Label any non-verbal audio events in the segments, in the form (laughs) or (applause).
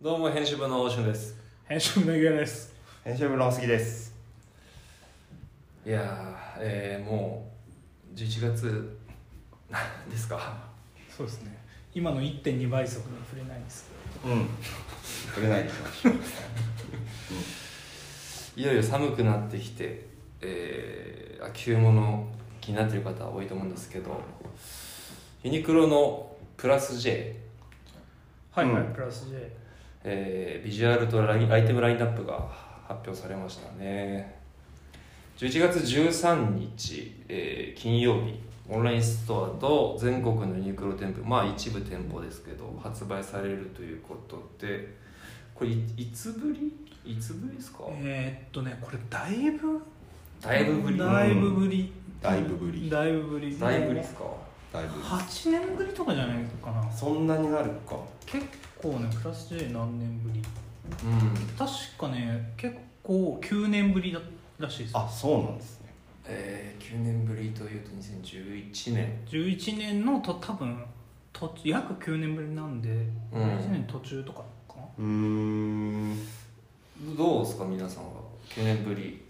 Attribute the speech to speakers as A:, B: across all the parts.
A: どうも編集部の大俊です
B: 編集部のゆうやです
C: 編集部の杉です
A: いやー、えー、もう11月ですか
B: そうですね今の1.2倍速に触れないんです
C: うん触れないでしょ
A: いよいよ寒くなってきて、えー、秋物気になっている方多いと思うんですけどユニクロのプラス J、
B: けどはいはい、
C: うん
B: プラス J
A: えー、ビジュアルとラインアイテムラインナップが発表されましたね11月13日、えー金曜日オンラインストアと全国のユニクロ店舗まあ一部店舗ですけど発売されるということでこれいいつぶりいつぶりですか
B: えー、っとねこれだいぶ
A: だいぶぶり
B: だいぶぶり、
C: だいぶぶり
B: だいぶぶり
A: だいぶですか
C: だいぶ
B: 8年ぶりとかじゃないかな
C: そんなになるか
B: 結構ねプラス J 何年ぶり
A: うん
B: 確かね結構9年ぶりだらしいです
C: あそうなんですね
A: えー、9年ぶりというと2011年
B: 11年のと多分と約9年ぶりなんで、
A: うん
B: 11年途中とかかな
C: うーん
A: どうですか皆さんは9年ぶり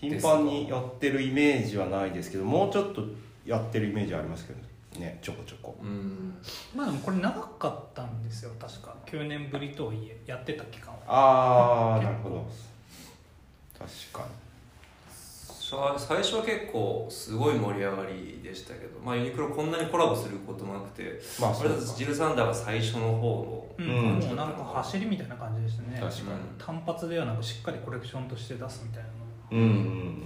C: 頻繁にやってるイメージはないですけどもうちょっとやってるイメージありますけどねちょこちょこ
A: うん
B: まあでもこれ長かったんですよ確か9年ぶりとはいえやってた期間は
C: ああなるほど確か
A: さ最初は結構すごい盛り上がりでしたけど、まあ、ユニクロこんなにコラボすることもなくて
C: にまあ
A: あ
C: そ
A: れ
C: う
A: だ
C: か
A: とジルサンダーが最初の方
B: うん、
C: うん
B: もうなんか走りみたいな感じでしたね
C: 確か
A: に
B: 単発ではなくしっかりコレクションとして出すみたいなの
C: うんうんうんうん
A: の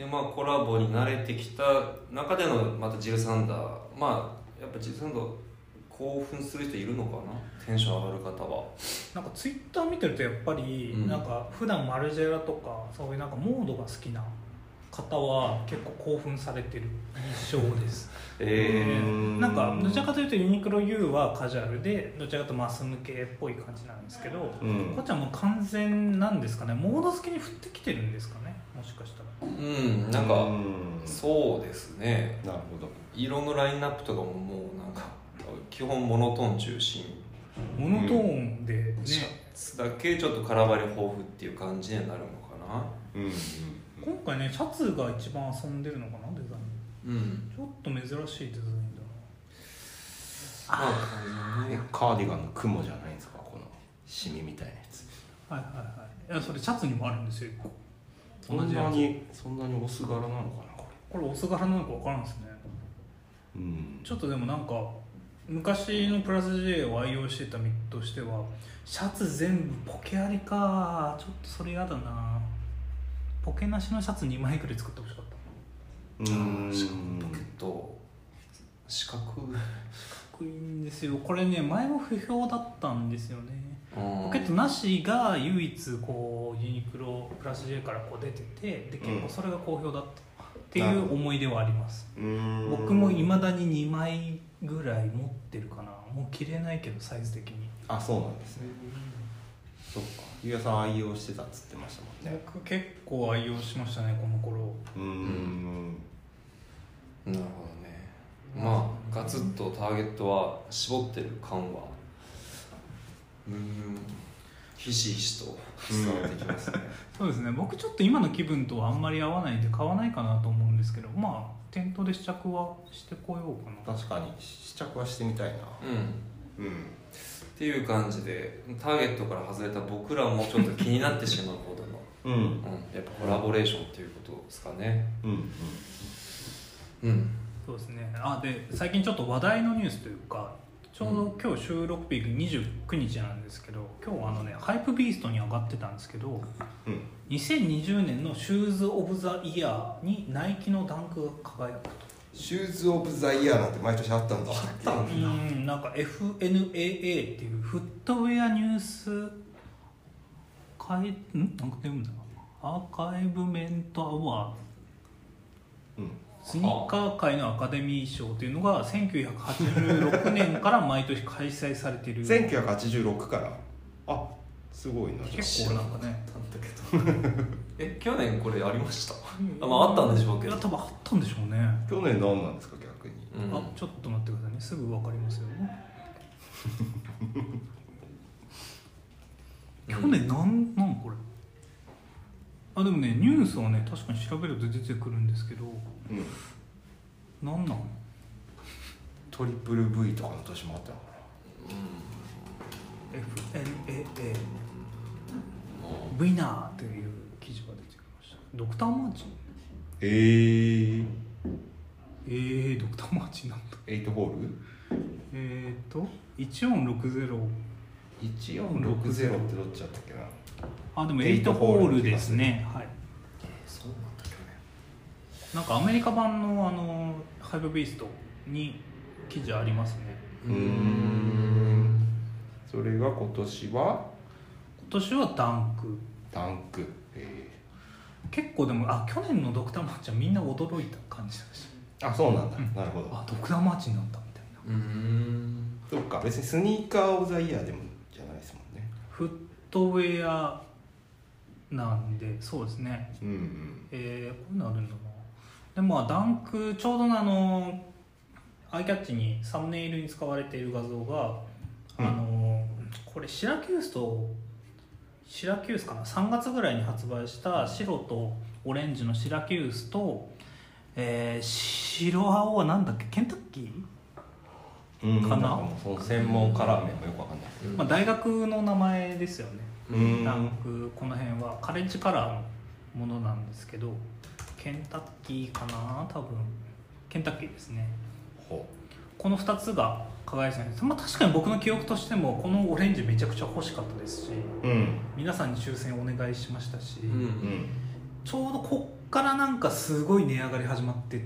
A: で、まあ、コラボに慣れてきた中でのまたジルサンダーまあやっぱジルサンダー興奮する人いるのかなテンション上がる方は
B: なんかツイッター見てるとやっぱり、
A: うん
B: なんか普段マルジェラとかそういうなんかモードが好きな方は結構興奮されてる印象です
A: え
C: うーん
B: なんかどちらかというとユニクロ U はカジュアルでどちらかというとマス向けっぽい感じなんですけど、
C: うんうん
B: こっちはもう完全なんですかねモード好きに振ってきてるんですかねもしかしたら
A: ー、うんなんか
C: うん
A: そうですね
C: なるほど
A: 色のラインナップとかももうなんか基本モノトーン中心
B: モノトーンでね、
A: シャツだけちょっと空張り豊富っていう感じになるのかな
C: うんうんうん
B: 今回ねシャツが一番遊んでるのかなデザイン
A: うん
B: ちょっと珍しいデザインだ
A: まあ
C: えカーディガンの雲じゃないんですかこのシミみたいなやつ
B: なはいはいはいいやそれシャツにもあるんですよ
C: そ
B: 同じ
C: ん
B: や
C: な
B: つ
C: にそんなにオス柄なのかなこ
B: これオス柄なのか分からんですね
C: れうん
B: ちょっとでもなんか昔のプラス J を愛用してた身としてはシャツ全部ポケありかちょっとそれやだなポケなしのシャツ2枚くらい作ってほしかった
C: う
A: しかも
C: ん
A: ポケット四角
B: かっこいいんですよこれね前も不評だったんですよね
A: ポ
B: ポケットなしが唯一こうユニクロプラス J からこう出ててで結構それが好評だったっていう思い出はあります
C: うん
B: 僕もいまだに2枚ぐらい持ってるかなもう着れないけどサイズ的に
C: あそうなんですねそっかゆうやさん愛用してたっつってましたもんね
B: 僕結構愛用しましたねこの頃
C: うん
A: なるほどねまあガツッとターゲットは絞ってる感はうんひしひしと伝わってきますね
B: そうですね僕ちょっと今の気分とはあんまり合わないんで買わないかなと思うんですけどまあ店頭で試着はしてこようかな
C: 確かに試着はしてみたいな
A: うん
C: うん
A: っていう感じでターゲットから外れた僕らもちょっと気になってしまうほどの、
C: うん
A: うん、やっぱコラボレーションっていうことですかね
C: うんうん
A: うん
B: そうですねあで最近ちょっと話題のニュースというかちょうど今日収録日29日なんですけど今日あのねハイプビーストに上がってたんですけど
C: うん
B: 2020年のシューズ・オブ・ザ・イヤーにナイキのダンクが輝くと
C: シューズ・オブ・ザ・イヤーなんて毎年あったんだあった
B: うーんなんか FNAA っていうフットウェアニュースかいんなんか読むんだアーカイブメントアワー
C: うん
B: スニーカー界のアカデミー賞というのが1986年から毎年開催されている結
C: 1986からあすごいなじゃ
B: 構なんか
A: な
B: ね
A: んだけどえ去年これありましたあまああったんでしょうけ
B: い
A: ど
B: や多分あったんでしょうね、
C: あ去年何なんですか逆に
A: うん
B: あちょっと待ってくださいねすぐ分かりますよ去年なんなんこれあでもねニュースをね確かに調べると出てくるんですけど
C: うん、
B: なんなん
C: トリプル V とかの年もあったのか
B: FNAA
A: も
B: ウィナーという記事が出てきましたドクターマーチン
C: なえー、
B: ええー、ドクターマーチンなんだ
C: 8ボール
B: えっ、ー、と1460
C: ?1460 ってどっちだったっけな
B: あでも
C: エイト
B: 8ホールです
C: ホ
B: ねはい
A: えそうなんだ去
B: なんかアメリカ版のあのハイブビーストに記事ありますね
A: 年
C: それが今年は
B: 今年はダンク
C: タンクえ
B: 結構でもあ去年のドクターマーチンはみんな驚いた感じだし
C: ー、あそうなんだ、
B: うん
C: なるほど
B: あドクターマーチンなんだみたい
A: う
B: な
A: ーん
C: そっか別にスニーカーオブザイヤーでもじゃないですもんね
B: フットウェアなんでそうですね
C: うんうん
B: えー、こういうのあるんだなでまあダンクちょうどあのアイキャッチにサムネイルに使われている画像が、
C: うん
B: あのこれシラキュースとシラキュースかな3月ぐらいに発売した白とオレンジのシラキュースと、えー白青はなんだっけケンタッキー
C: うん
B: かなん
C: もうその専門カラーメンもよくわかんない
A: うん
B: まあ、大学の名前ですよね、
C: うん
B: ランクこの辺はカレッジカラーのものなんですけどケンタッキーかな多分ケンタッキーですね
C: ほ
B: この2つが輝いてたんです、まあ、確かに僕の記憶としてもこのオレンジめちゃくちゃ欲しかったですし
C: ううん
B: 皆さんに抽選お願いしましたし、
A: うんう
C: うんん
B: ちょうどこっからなんかすごい値上がり始まって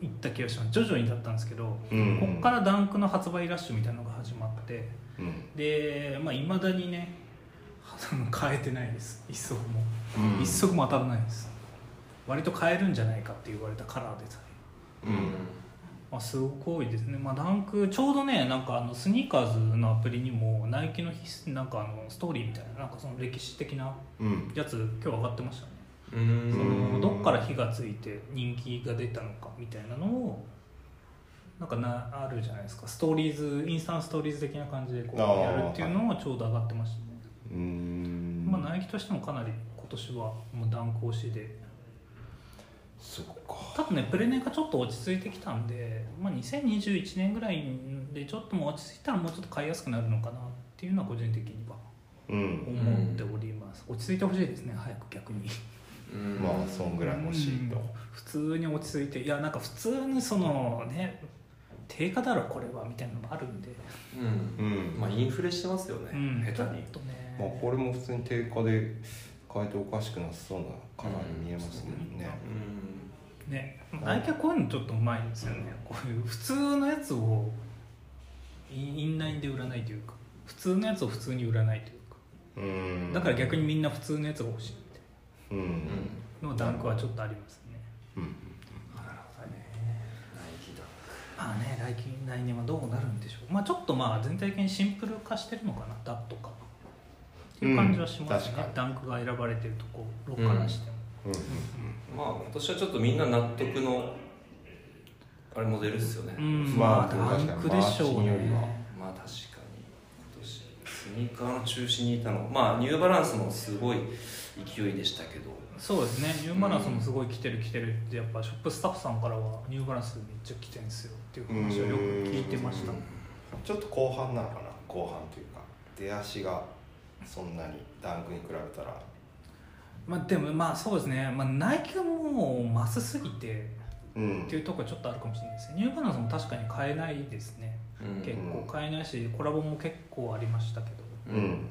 B: いった気がします徐々にだったんですけど
C: うん
B: こっからダンクの発売ラッシュみたいなのが始まって、
C: うん
B: でまあいまだにね変えてないです一足も、
C: うん
B: 一足も当たらないです割と変えるんじゃないかって言われたカラーでさ、
C: うん
B: まあ、すごく多いですね、まあ、ダンクちょうどねなんかあのスニーカーズのアプリにもナイキのヒスなんかあのストーリーみたいななんかその歴史的な
C: うん
B: やつ今日上がってましたね
A: う
B: そ
A: ん
B: のどっから火がついて人気が出たのかみたいなのをなんかなあるじゃないですかストーリーズインスタントストーリーズ的な感じでこう
C: あー
B: やるっていうのをちょうど上がってましたね、
C: うん
B: まあ、ナイキとしてもかなり今年はもう断行しで
C: そっか
B: 多分ねプレネがちょっと落ち着いてきたんで、まあ、2021年ぐらいでちょっともう落ち着いたらもうちょっと買いやすくなるのかなっていうのは個人的には
C: うん
B: 思っております、落ち着いてほしいですね早く逆に
A: うん
C: まあそんぐらい欲しいと
B: うん普通に落ち着いていやなんか普通にそのね定価だろこれはみたいなのもあるんで、
A: うん
C: うん
A: まあインフレしてますよね、
B: うん、
A: 下手に
B: ちょっと
C: まあ
B: ね、
C: これも普通に定価で変えておかしくなさそうなカラーに見えますもんね、
A: うん
B: ね内見はこういうのちょっとうまいんですよねこういう普通のやつをインインラインで売らないというか普通のやつを普通に売らないというか
C: うん
B: だから逆にみんな普通のやつが欲しいみたい
C: うんうん
B: なのダンクはちょっとありますね
C: うん
B: なるほどね
A: ナイキだ
B: まあね来年来年はどうなるんでしょうまあちょっとまあ全体的にシンプル化してるのかなダットかっていう感じはします
C: うん
B: ね、
C: 確かに
B: ダンクが選ばれてるところからしても、
C: うん
A: まあ今年はちょっとみんな納得のあれモデルですよね、
B: うん
C: ま
B: ま
C: あ
B: あダンクでしょう
C: 確かにマーチンよりは
B: ね
A: まあ確かに今年スニーカーの中心にいたのまあニューバランスもすごい勢いでしたけど
B: そうですねニューバランスもすごい来てる来てるってやっぱショップスタッフさんからはニューバランスめっちゃ来てんすよっていう話をよく聞いてました
C: うんちょっと後半なのかな後半というか出足がそんなにダンクに比べたら
B: まあでもまあそうですね、まあ、ナイキがもうマスすぎて
C: うん
B: っていうところはちょっとあるかもしれないですねニューバランスも確かに買えないですね
A: うん
B: 結構買えないしコラボも結構ありましたけど
C: うん、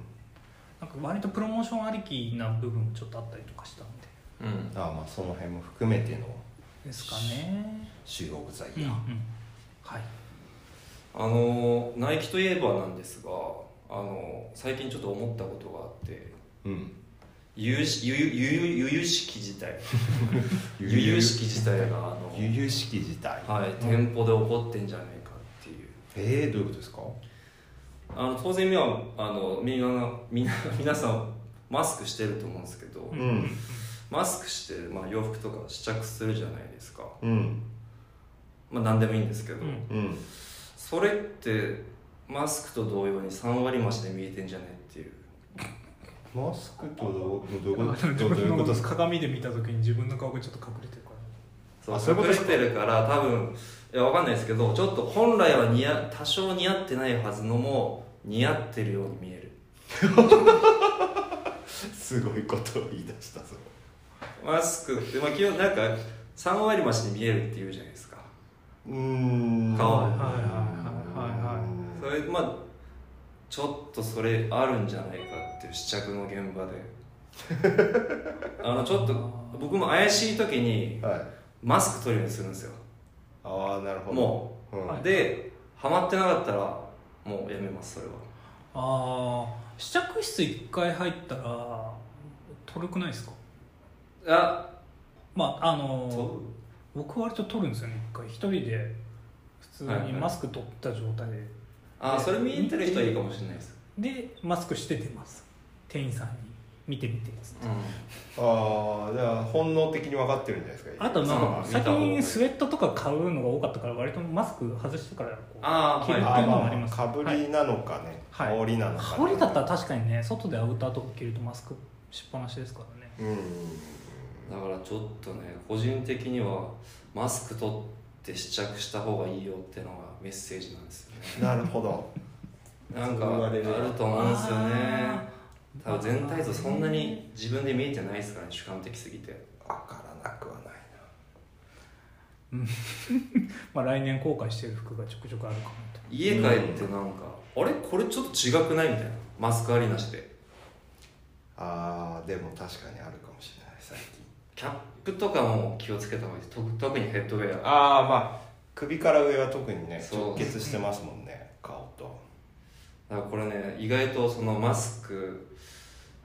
B: なんか割とプロモーションありきな部分もちょっとあったりとかしたんで
A: うん
C: ああまあその辺も含めての
B: ですかね
C: 集合材
B: うんう
C: や、
B: んはい
A: あのナイキといえばなんですがあの最近ちょっと思ったことがあって
C: うん、
A: 由々し由々由々由々しき事態
C: ゆ
A: 由々しき事態があの
C: ゆゆしき事態
A: はい店舗で起こってんじゃないかっていう
C: えー、どういうことですか
A: あの当然今はあのみんなみんな (laughs) 皆さんマスクしてると思うんですけど、
B: うん
A: マスクして、まあ、洋服とか試着するじゃないですか、
C: うん
A: まあ、何でもいいんですけど、
B: うん
C: うん
A: それってマスクと同様に3割増しで見えてんじゃないっていう
C: マスクとどうどういうこと
B: あで
C: ど
B: も
C: ういうことですか (laughs)
B: 鏡で見た時に自分の顔がちょっと隠れてるから
A: そう
C: あそういうこと
A: 隠
C: で
A: れ
C: す
A: て
C: か
A: るから多分いやわかんないですけどちょっと本来は似合多少似合ってないはずのも似合ってるように見える
C: すごいことを言い出したぞ
A: マスクって、まあ、基本なんか3割増しに見えるって言うじゃないですか
C: うーん
A: 顔はい
B: はいはいはいはい
A: それまあちょっとそれあるんじゃないかっていう試着の現場で (laughs) あのちょっと僕も怪しい時に
C: はい
A: マスク取るようにするんですよ
C: ああなるほど
A: も
C: う、ん
B: はい
A: でハマってなかったらもうやめますそれは
B: ああ試着室1回入ったらとるくないですか
A: あ
B: まああの
A: そ
B: 僕割と取るんですよね一回一人で普
A: はい
B: 通
A: はい
B: にマスク取った状態で、
A: あそれ見えてる人はいいかもしれないです、
B: でマスクして出ます店員さんに見て見てっつって
C: ああじゃあ本能的に分かってるんじゃないですか
B: あとま
A: そ
B: あ
A: う見た
B: 最
A: 方が
B: 近スウェットとか買うのが多かったから割とマスク外してからこう
A: あー
B: 着るって
C: あ
B: いうのもあ
C: ま
B: り
C: あ
B: ます
C: かぶりなのかね、
B: はい
C: 羽織なのかね
B: 羽織だったら確かにね外でアウターとか着るとマスクしっぱなしですからね
C: うん
A: だからちょっとね個人的にはマスク取って試着した方がいいよってのがメッセージなんですよね
C: なるほど
A: なん
C: そう言
A: かあ
C: われ
A: る
C: る
A: と思うんですよね
B: あ
A: 多分全体像そんなに自分で見えてないですからね主観的すぎて
C: 分からなくはない
B: まあ来年後悔してる服がちょくちょくあるかなと
A: 家帰ってなんか、あれこれちょっと違くないみたいなマスクありなしで
C: なあーでも確かにあるかもしれない最近
A: キャップとかも気をつけた方がいいですと特にヘッドウェア
C: ああまあ首から上は特にね
A: そう
C: 直結してますもんね顔と
A: だからこれね意外とそのマスク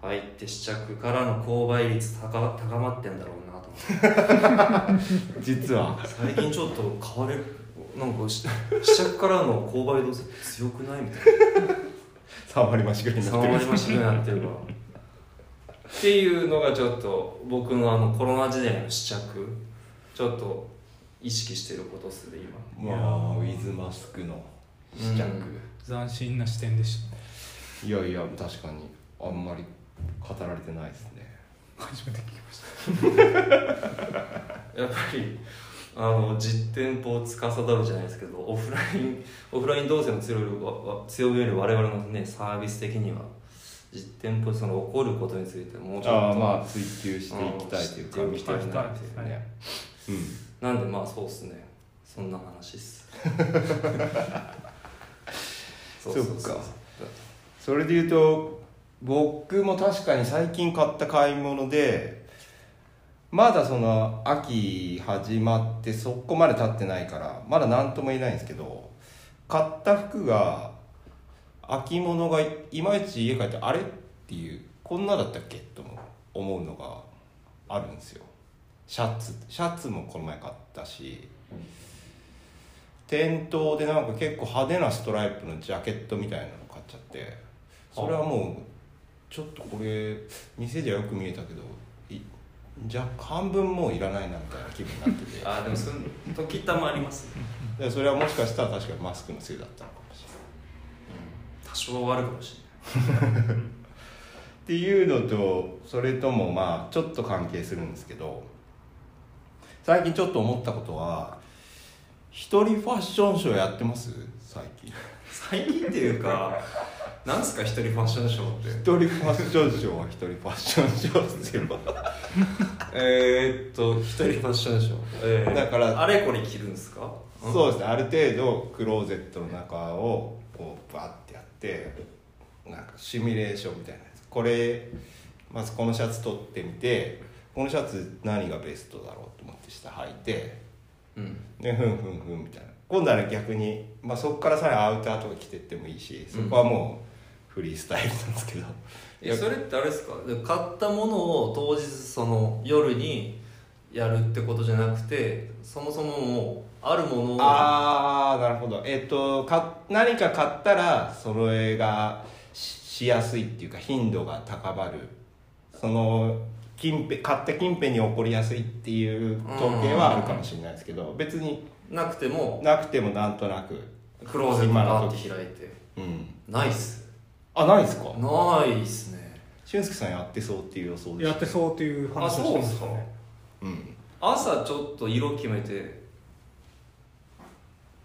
A: 入って試着からの購買率高高まってんだろうなと思って
C: 実は
A: 最近ちょっと買われるなんかし試着からの購買率強くないみたい
C: 3割増しぐらい
A: な
C: にな
A: 3
C: ってる
A: 割増しぐらいになってるわっていうのがちょっと僕のあのコロナ時代の試着ちょっと意識してることっすね今
C: まあウィズマスクの試着、
B: 斬新な視点でしたね
C: いやいや確かにあんまり語られてないですね
B: 初めて聞きました
A: やっぱりあの実店舗を司るじゃないですけどオフライン (laughs) オフライン動線の強いわ強みより我々のねサービス的には実店舗でその起こることについてもうちょっと
C: ああまあ追求していきたいというか
A: うん
C: 見ていきたいですよね、うん
A: なんでまあそうっすねそんな話っ
C: (laughs)
A: す
C: そっかそれで言うと僕も確かに最近買った買い物でまだその秋始まってそこまで経ってないからまだ何とも言えないんですけど買った服が秋物がいまいち家帰ってあれっていうこんなだったっけと思うのがあるんですよシャツシャツもこの前買ったし店頭でなんか結構派手なストライプのジャケットみたいなの買っちゃってそれはもうちょっとこれ店ではよく見えたけどいじゃ半分もういらないなみたいな気分になってて
A: ああでもその時たまありますね
C: でそれはもしかしたら確かにマスクのせいだったのかもしれない
A: 多少はあるかもし
C: っていうのとそれともまあちょっと関係するんですけど最近ちょっと思ったことは一人ファッションショーやってます最近
A: れない最近っていうかなんすか一人ファッションショーって
C: 一人ファッションショーは一人ファッションショーすれば
A: えー、っと一人ファッションショー、えー
C: だから
A: あれこれ着るんですか
C: そうですねある程度クローゼットの中をこうバッてやってなんかシミュレーションみたいなやつこれまずこのシャツ取ってみてこのシャツ何がベストだろうと思って下履いて
A: うん
C: でふんふんふんみたいな今度はね逆に、まあ、そこからさらにアウターとか着てってもいいしそこはもうフリースタイルなんですけど、
A: えそれってあれですかで買ったものを当日その夜にやるってことじゃなくてそもそももうあるものを
C: ああなるほどえっ、とか何か買ったらそれがししやすいっていうか頻度が高まるその近辺買った近辺に起こりやすいっていう統計はあるかもしれないですけど別に
A: なくても
C: なくてもなんとなく
A: クローゼット
C: 今
A: バ
C: の
A: ーっ
C: 時
A: て開いて
C: うん
A: ないっす
C: あないですか
A: ないっすね
C: 俊介さんやってそうっていう予想で
B: やって
C: う
B: そうっていう
A: あ
B: 話を
A: そ
B: し
A: う
B: て
A: で
B: ますした
A: か
B: ね
C: うん
A: 朝ちょっと色決めて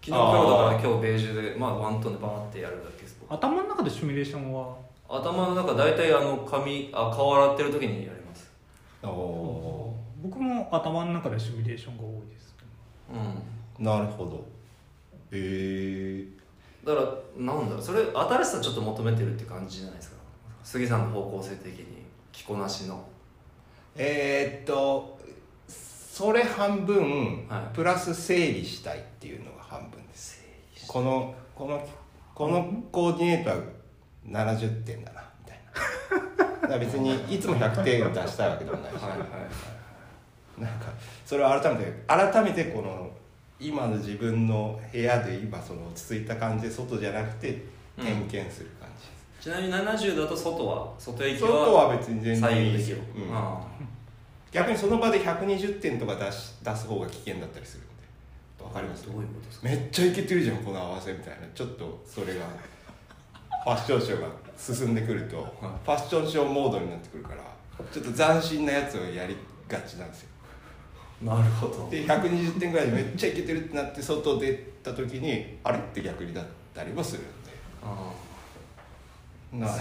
A: 昨日黒だから今日ベージュでまあワントーンでバーってやるだけです
B: 頭の中でシミュレーションは
A: 頭の中大体あの髪あ顔洗ってる時にやります
C: ああ
B: 僕も頭の中でシミュレーションが多いです
A: うん
C: なるほどへえ
A: だからなんだろうそれ新しさちょっと求めてるって感じじゃないですか杉さんの方向性的に着こなしの
C: えー、っとそれ半分、
A: はい
C: プラス整理したいっていうのが半分です
A: 整理
C: このこのこのコーディネートは70点だなみたいなだから別にいつも100点を出したいわけでもないし、
A: はいはいはい
C: なんかそれを改めて改めてこの今の自分の部屋で今その落ち着いた感じで外じゃなくて
A: うん
C: 点検する感じです、
A: ちなみに70だと外は外行きは
C: 外は別に全
A: 左
C: 然いい
A: 右
C: で
A: ですき
C: よ
A: る、
C: うん
A: あ
C: 逆にその場で120点とか出し出す方が危険だったりするんでわ
A: あ
C: かります
A: どういうことですか
C: めっちゃいけてるじゃんこの合わせみたいなちょっとそれが (laughs) ファッションショーが進んでくるとファッションショーモードになってくるからちょっと斬新なやつをやりがちなんですよ
A: なるほど
C: で120点ぐらいでめっちゃいけてるってなって外出た時にあれって逆になったりもするんで
A: あ
C: な
A: あ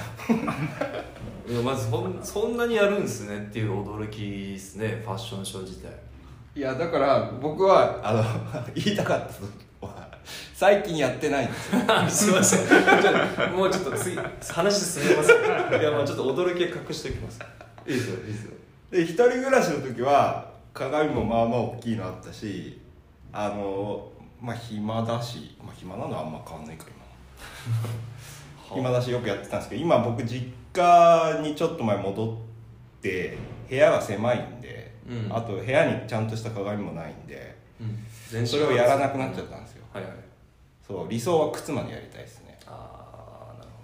A: いやまずそんそんなにやるんですねっていう驚きですねファッションショー自体
C: いやだから僕はあの (laughs) 言いたかったのは最近やってないんですよ
A: あ (laughs) すいませんちょっともうちょっと次話進めませんいやまあちょっと驚きは隠しておきますいいですよいいですよ
C: で一人暮らしの時は鏡もまあまあ大きいのあったしあのまあ暇だし、まあ、暇なのはあんま変わんないか
A: (laughs)
C: 今暇だしよくやってたんですけど今僕実家にちょっと前戻って部屋が狭いんで、
A: うん
C: あと部屋にちゃんとした鏡もないんで
A: うん全身
C: それをやらなくなっちゃったんですよ
A: はいはい
C: そう理想は靴までやりたいですね
A: ああなるほ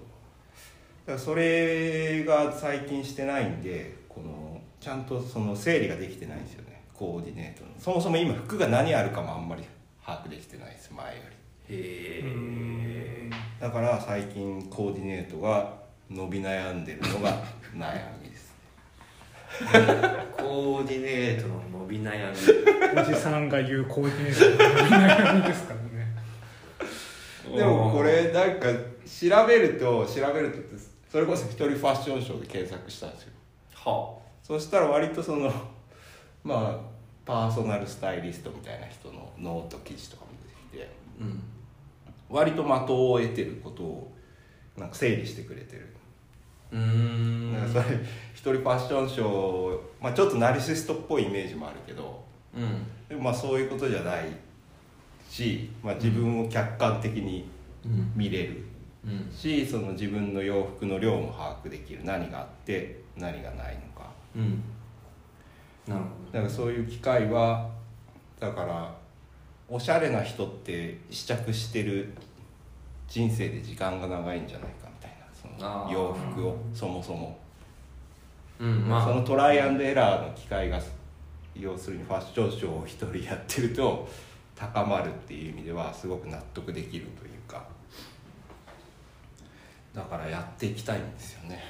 C: だからそれが最近してないんでこのちゃんとその整理ができてないんですよねコーディネートのそもそも今服が何あるかもあんまり把握できてないです前より
A: どへえ
C: だから最近コーディネートが伸び悩んでるの
A: (laughs)
C: が悩みです
A: コーディネートの伸び悩み
B: おじさんが言うコーディネートの悩みですからね (laughs)
A: (laughs)
C: でもこれなんか調べると調べるとってそれこそ一人ファッションショーで検索したんですよ
A: は
C: そしたら割とその (laughs) まあパーソナルスタイリストみたいな人のノート記事とかも出てきて
A: あうん
C: 割と的を得てることをなんか整理してくれてる、
A: うーん
C: なんかそれ一人ファッションショー、まあ、ちょっとナルシストっぽいイメージもあるけど
A: うん
C: でもまあそういうことじゃないし、まあ、自分を客観的に
A: うん
C: 見れる
A: うん
C: しその自分の洋服の量も把握できる何があって何がないのか
A: うんなる
C: だからそういう機会はだからおしゃれな人って試着してる人生で時間が長いんじゃないかみたいな
A: あ
C: その
A: ー
C: 洋服をそもそも、
A: ほどうんまあ
C: そのトライアンドエラーの機会が要するにファッションショーを一人やってると高まるっていう意味ではすごく納得できるというかだからやっていきたいんですよね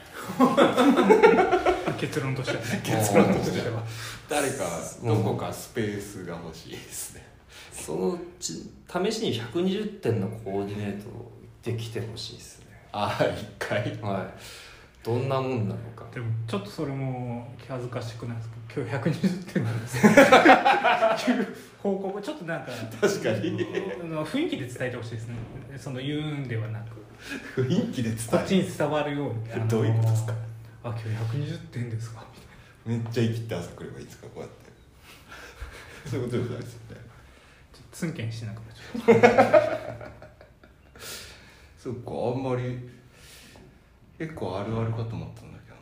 B: 結論としてはね
C: 結論と
B: 結
C: しては誰かどこかスペースが欲しいですね、
A: そのち試しに120点のコーディネートをできてほしいですね
C: ああ一回
A: はいどんなもんなのか
B: でもちょっとそれも気恥ずかしくないですか今日120点なんです
C: (laughs)
B: いう報告ちょっとなんか
C: 確かに
B: あの雰囲気で伝えてほしいですねその言うんではなく
C: 雰囲気で伝
B: こっち
C: える
B: に伝わるようにあの
C: (laughs) どういうことですか
B: あ今日120点ですかみたいな
C: めっちゃ生きて朝来ればいいですかこう (laughs) やってそういうことじゃないですよね
B: ちょっとツンケンしなくなっちゃっ
C: そっかあんまり結構あるあるかと思ったんだけ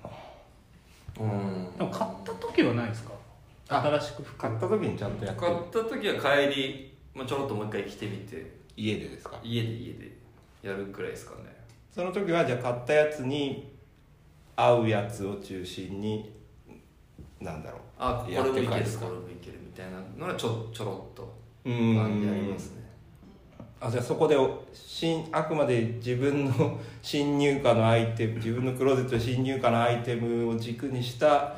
C: どな
A: うん
B: たでも買った時はないですか
C: あ
B: 新しく服
C: 買った時にちゃんとやって
A: 買った時は帰り、まあ、ちょろっともう一回来てみて
C: 家でですか
A: 家で家でやるくらいですかね
C: その時はじゃあ買ったやつに合うやつを中心になんだろう
A: あこれ
C: やって
A: もい
C: く
A: け
C: 感じ
A: る
C: ですか
A: これもいけるみたいなのがちょちょろっと
C: う
A: あ
C: ん
A: やりますね
C: あじゃあそこで新あくまで自分の (laughs) 新入荷のアイテム自分のクローゼット新入荷のアイテムを軸にした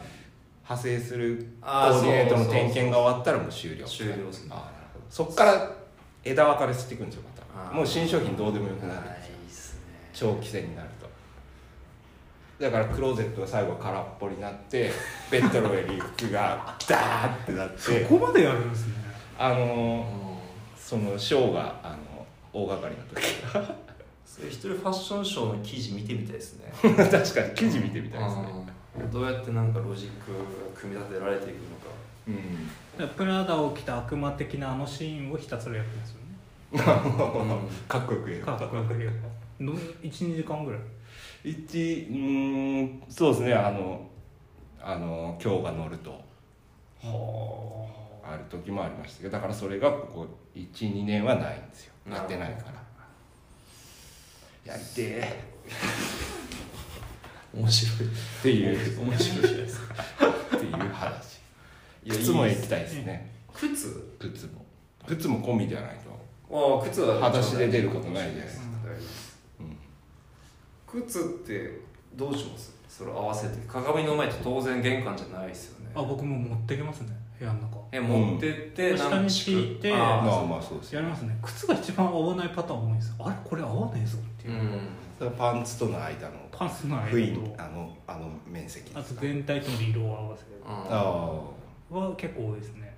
C: 派生するコ
A: あー
C: ーディネートの
A: そうそうそう
C: 点検が終わったらもう終了
A: 終了ですね
C: あーそっから枝分かれしていくんですよま
A: あー
C: たもう新商品どうでもよくな
A: い
C: る
A: いっすね
C: 長期戦になるとだからクローゼットが最後空っぽにな
A: (laughs)
C: ってベッドの上に服がダーってなっ
B: そ
C: て
B: こまでやるんですね
C: あのー
A: そ
C: そのショーがあの大掛かりな
A: れ一人ファッションショーの記事見てみたいです
C: (laughs)
A: ね
C: 時確かに記事見てみたいですね
A: うんどうやってなんかロジックが組み立てられていくのか
C: うん
B: プラダを着た悪魔的なあのシーンをひたすらやってるんですよね
A: うん
C: かっこよく言え
B: か
C: ば
B: っこよく言えばの12時間ぐらい
C: 一うーんそうですねあのあの今日が乗ると
B: は
C: ある時もありましたけどだからそれがここ12年はないんですよ
A: な
C: や
A: るほ
C: っ
A: ど
C: てないからやりてえ
A: 面白い
C: っていう
A: 面白いじゃないですか
C: っていう話
A: いや
C: (laughs) 靴も
A: いい
C: 行
A: っす
C: きたいですね
A: 靴
C: 靴も靴も込みではないと、
A: ああ靴は
C: 裸足で出ることないじゃないです
B: か
C: うん、
A: 靴ってどうしますそれ合わせて鏡の前って当然玄関じゃないですよね
B: あ僕もう持ってきますね部屋の中
A: え持ってって
B: うん
A: 何
B: 下に
A: 地区
B: 敷いて
A: あ
C: ま
A: あ
C: あまあそうですよ
B: やりますね靴が一番合わないパターン多いんですよあれこれ合わねえぞって
A: う
B: いう、
A: ん
C: それはパンツとの間の
B: パンツの
C: 不意
B: 間と
C: あのあの面積
B: あ
C: です
B: と
C: か
B: 全体との色を合わせる
A: ああ
C: あ
B: は結構多いですね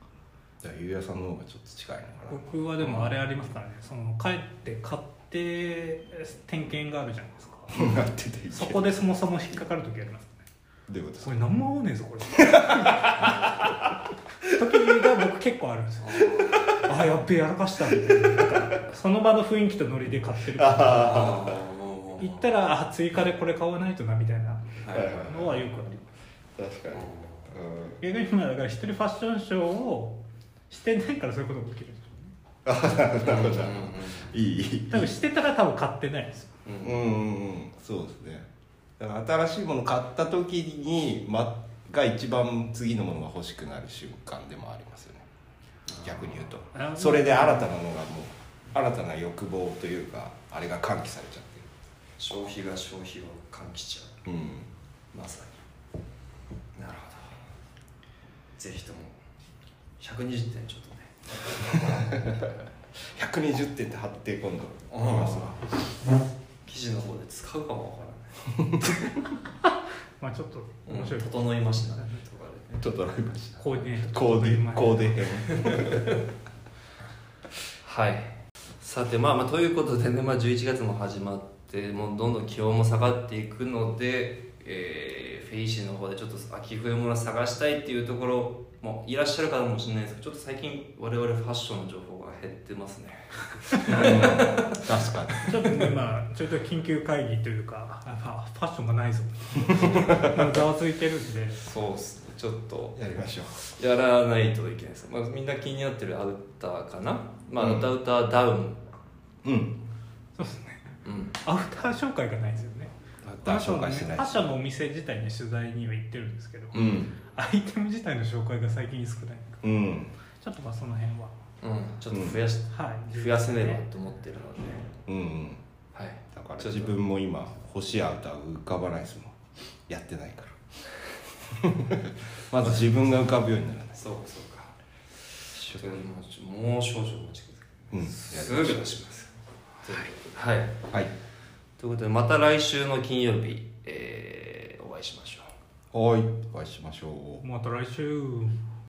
C: あじゃあゆうやさんの方がちょっと近いのかな
B: 僕はでもあれありますからねその帰って買って点検があるじゃないですか
C: (laughs) なってていいけど
B: そこでそもそも引っかかる時ありますね
C: どういうことです
B: こ
C: か
B: れ何も合わねえぞこれ時が僕結構あるんですよあやっべえやらかしたみたいななんかその場の雰囲気とノリで買ってる
A: あ
B: 行
A: あもう
B: ったらあ追加でこれ買わないとなみたいな
A: はいはい
B: のはよくあります
C: 確かにうん
B: 逆に今だから一人ファッションショーをしてないからそういうことが起きるんですよね
C: なるほど
A: う
C: いいいい
B: 多分してたら多分買ってないですよ
A: んうん
C: う
A: うん
C: んうんうんそうですねだから新しいもの買った時に、ま、が一番次のものが欲しくなる瞬間でもありますよね逆に言うと
B: なるほど
C: それで新たなものがもう新たな欲望というかあれが喚起されちゃっ
A: 消費が消費を喚起しちゃ
C: てるうん
A: うまさになるほどぜひとも120点ちょっとね
C: 120点って貼って今度きますわ
A: 記事の方で使うかもわからない
B: まあちょっと
A: うん
B: 面白いこと、
A: 整いましたねとかで
C: ちょっとライブした
B: コーディネート
C: コーデコー
B: デ
C: デ編
A: はいさてまあまあということでね、まあ、11月も始まってもうどんどん気温も下がっていくので、えーフェイシーの方でちょっと秋冬物探したいっていうところもいらっしゃるかもしれないですけどちょっと最近我々ファッションの情報が減ってますね
C: 確かに
B: ちょっとねまあちょっと緊急会議というか (laughs) やっぱファッションが (laughs) ないぞなんかざわついてるんで
A: (laughs) そうっすねちょっと
C: やりましょう
A: やらないといけないです、まあ、みんな気になってるアウターかなまあ
C: うん
A: アウターダウン
C: うん
B: そうですね
A: うん
B: アウター紹介がないんですよね
C: ダ紹介して
B: フ
C: ない
B: ァッションのお店自体に取材には行ってるんですけど、
C: うん
B: アイテム自体の紹介が最近少ない
C: うん
B: ちょっとまあその辺は
A: うんちょっと増やし、
B: はい
A: 増やせねばと思ってるので、
C: うん
A: はい
C: だから
A: ちょっ
C: 自
A: と
C: 分も今欲しいアウターが浮かばないですもんやってないから (laughs) まず自分が浮かぶようにならない
A: そうかそうかちょっともうちょもう少々お待ちくださ
C: うん
A: い
C: やります
A: すぐ出しますはい、はい、
C: はい
A: ということでまた来週の金曜日、えーお会いしましょう
C: はいお会いしましょう
B: また来週